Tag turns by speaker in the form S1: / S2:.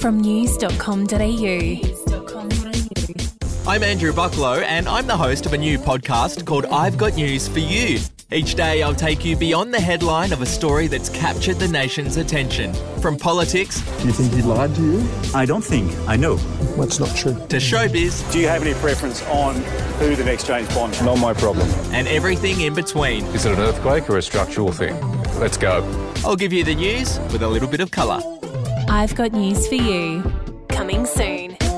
S1: from news.com.au.
S2: I'm Andrew Bucklow, and I'm the host of a new podcast called I've Got News for You. Each day, I'll take you beyond the headline of a story that's captured the nation's attention. From politics
S3: Do you think he lied to you?
S4: I don't think. I know.
S3: That's not true.
S2: to showbiz
S5: Do you have any preference on who the next James Bond?
S3: Not my problem.
S2: and everything in between,
S6: Is it an earthquake or a structural thing? Let's go.
S2: I'll give you the news with a little bit of colour.
S1: I've got news for you. Coming soon.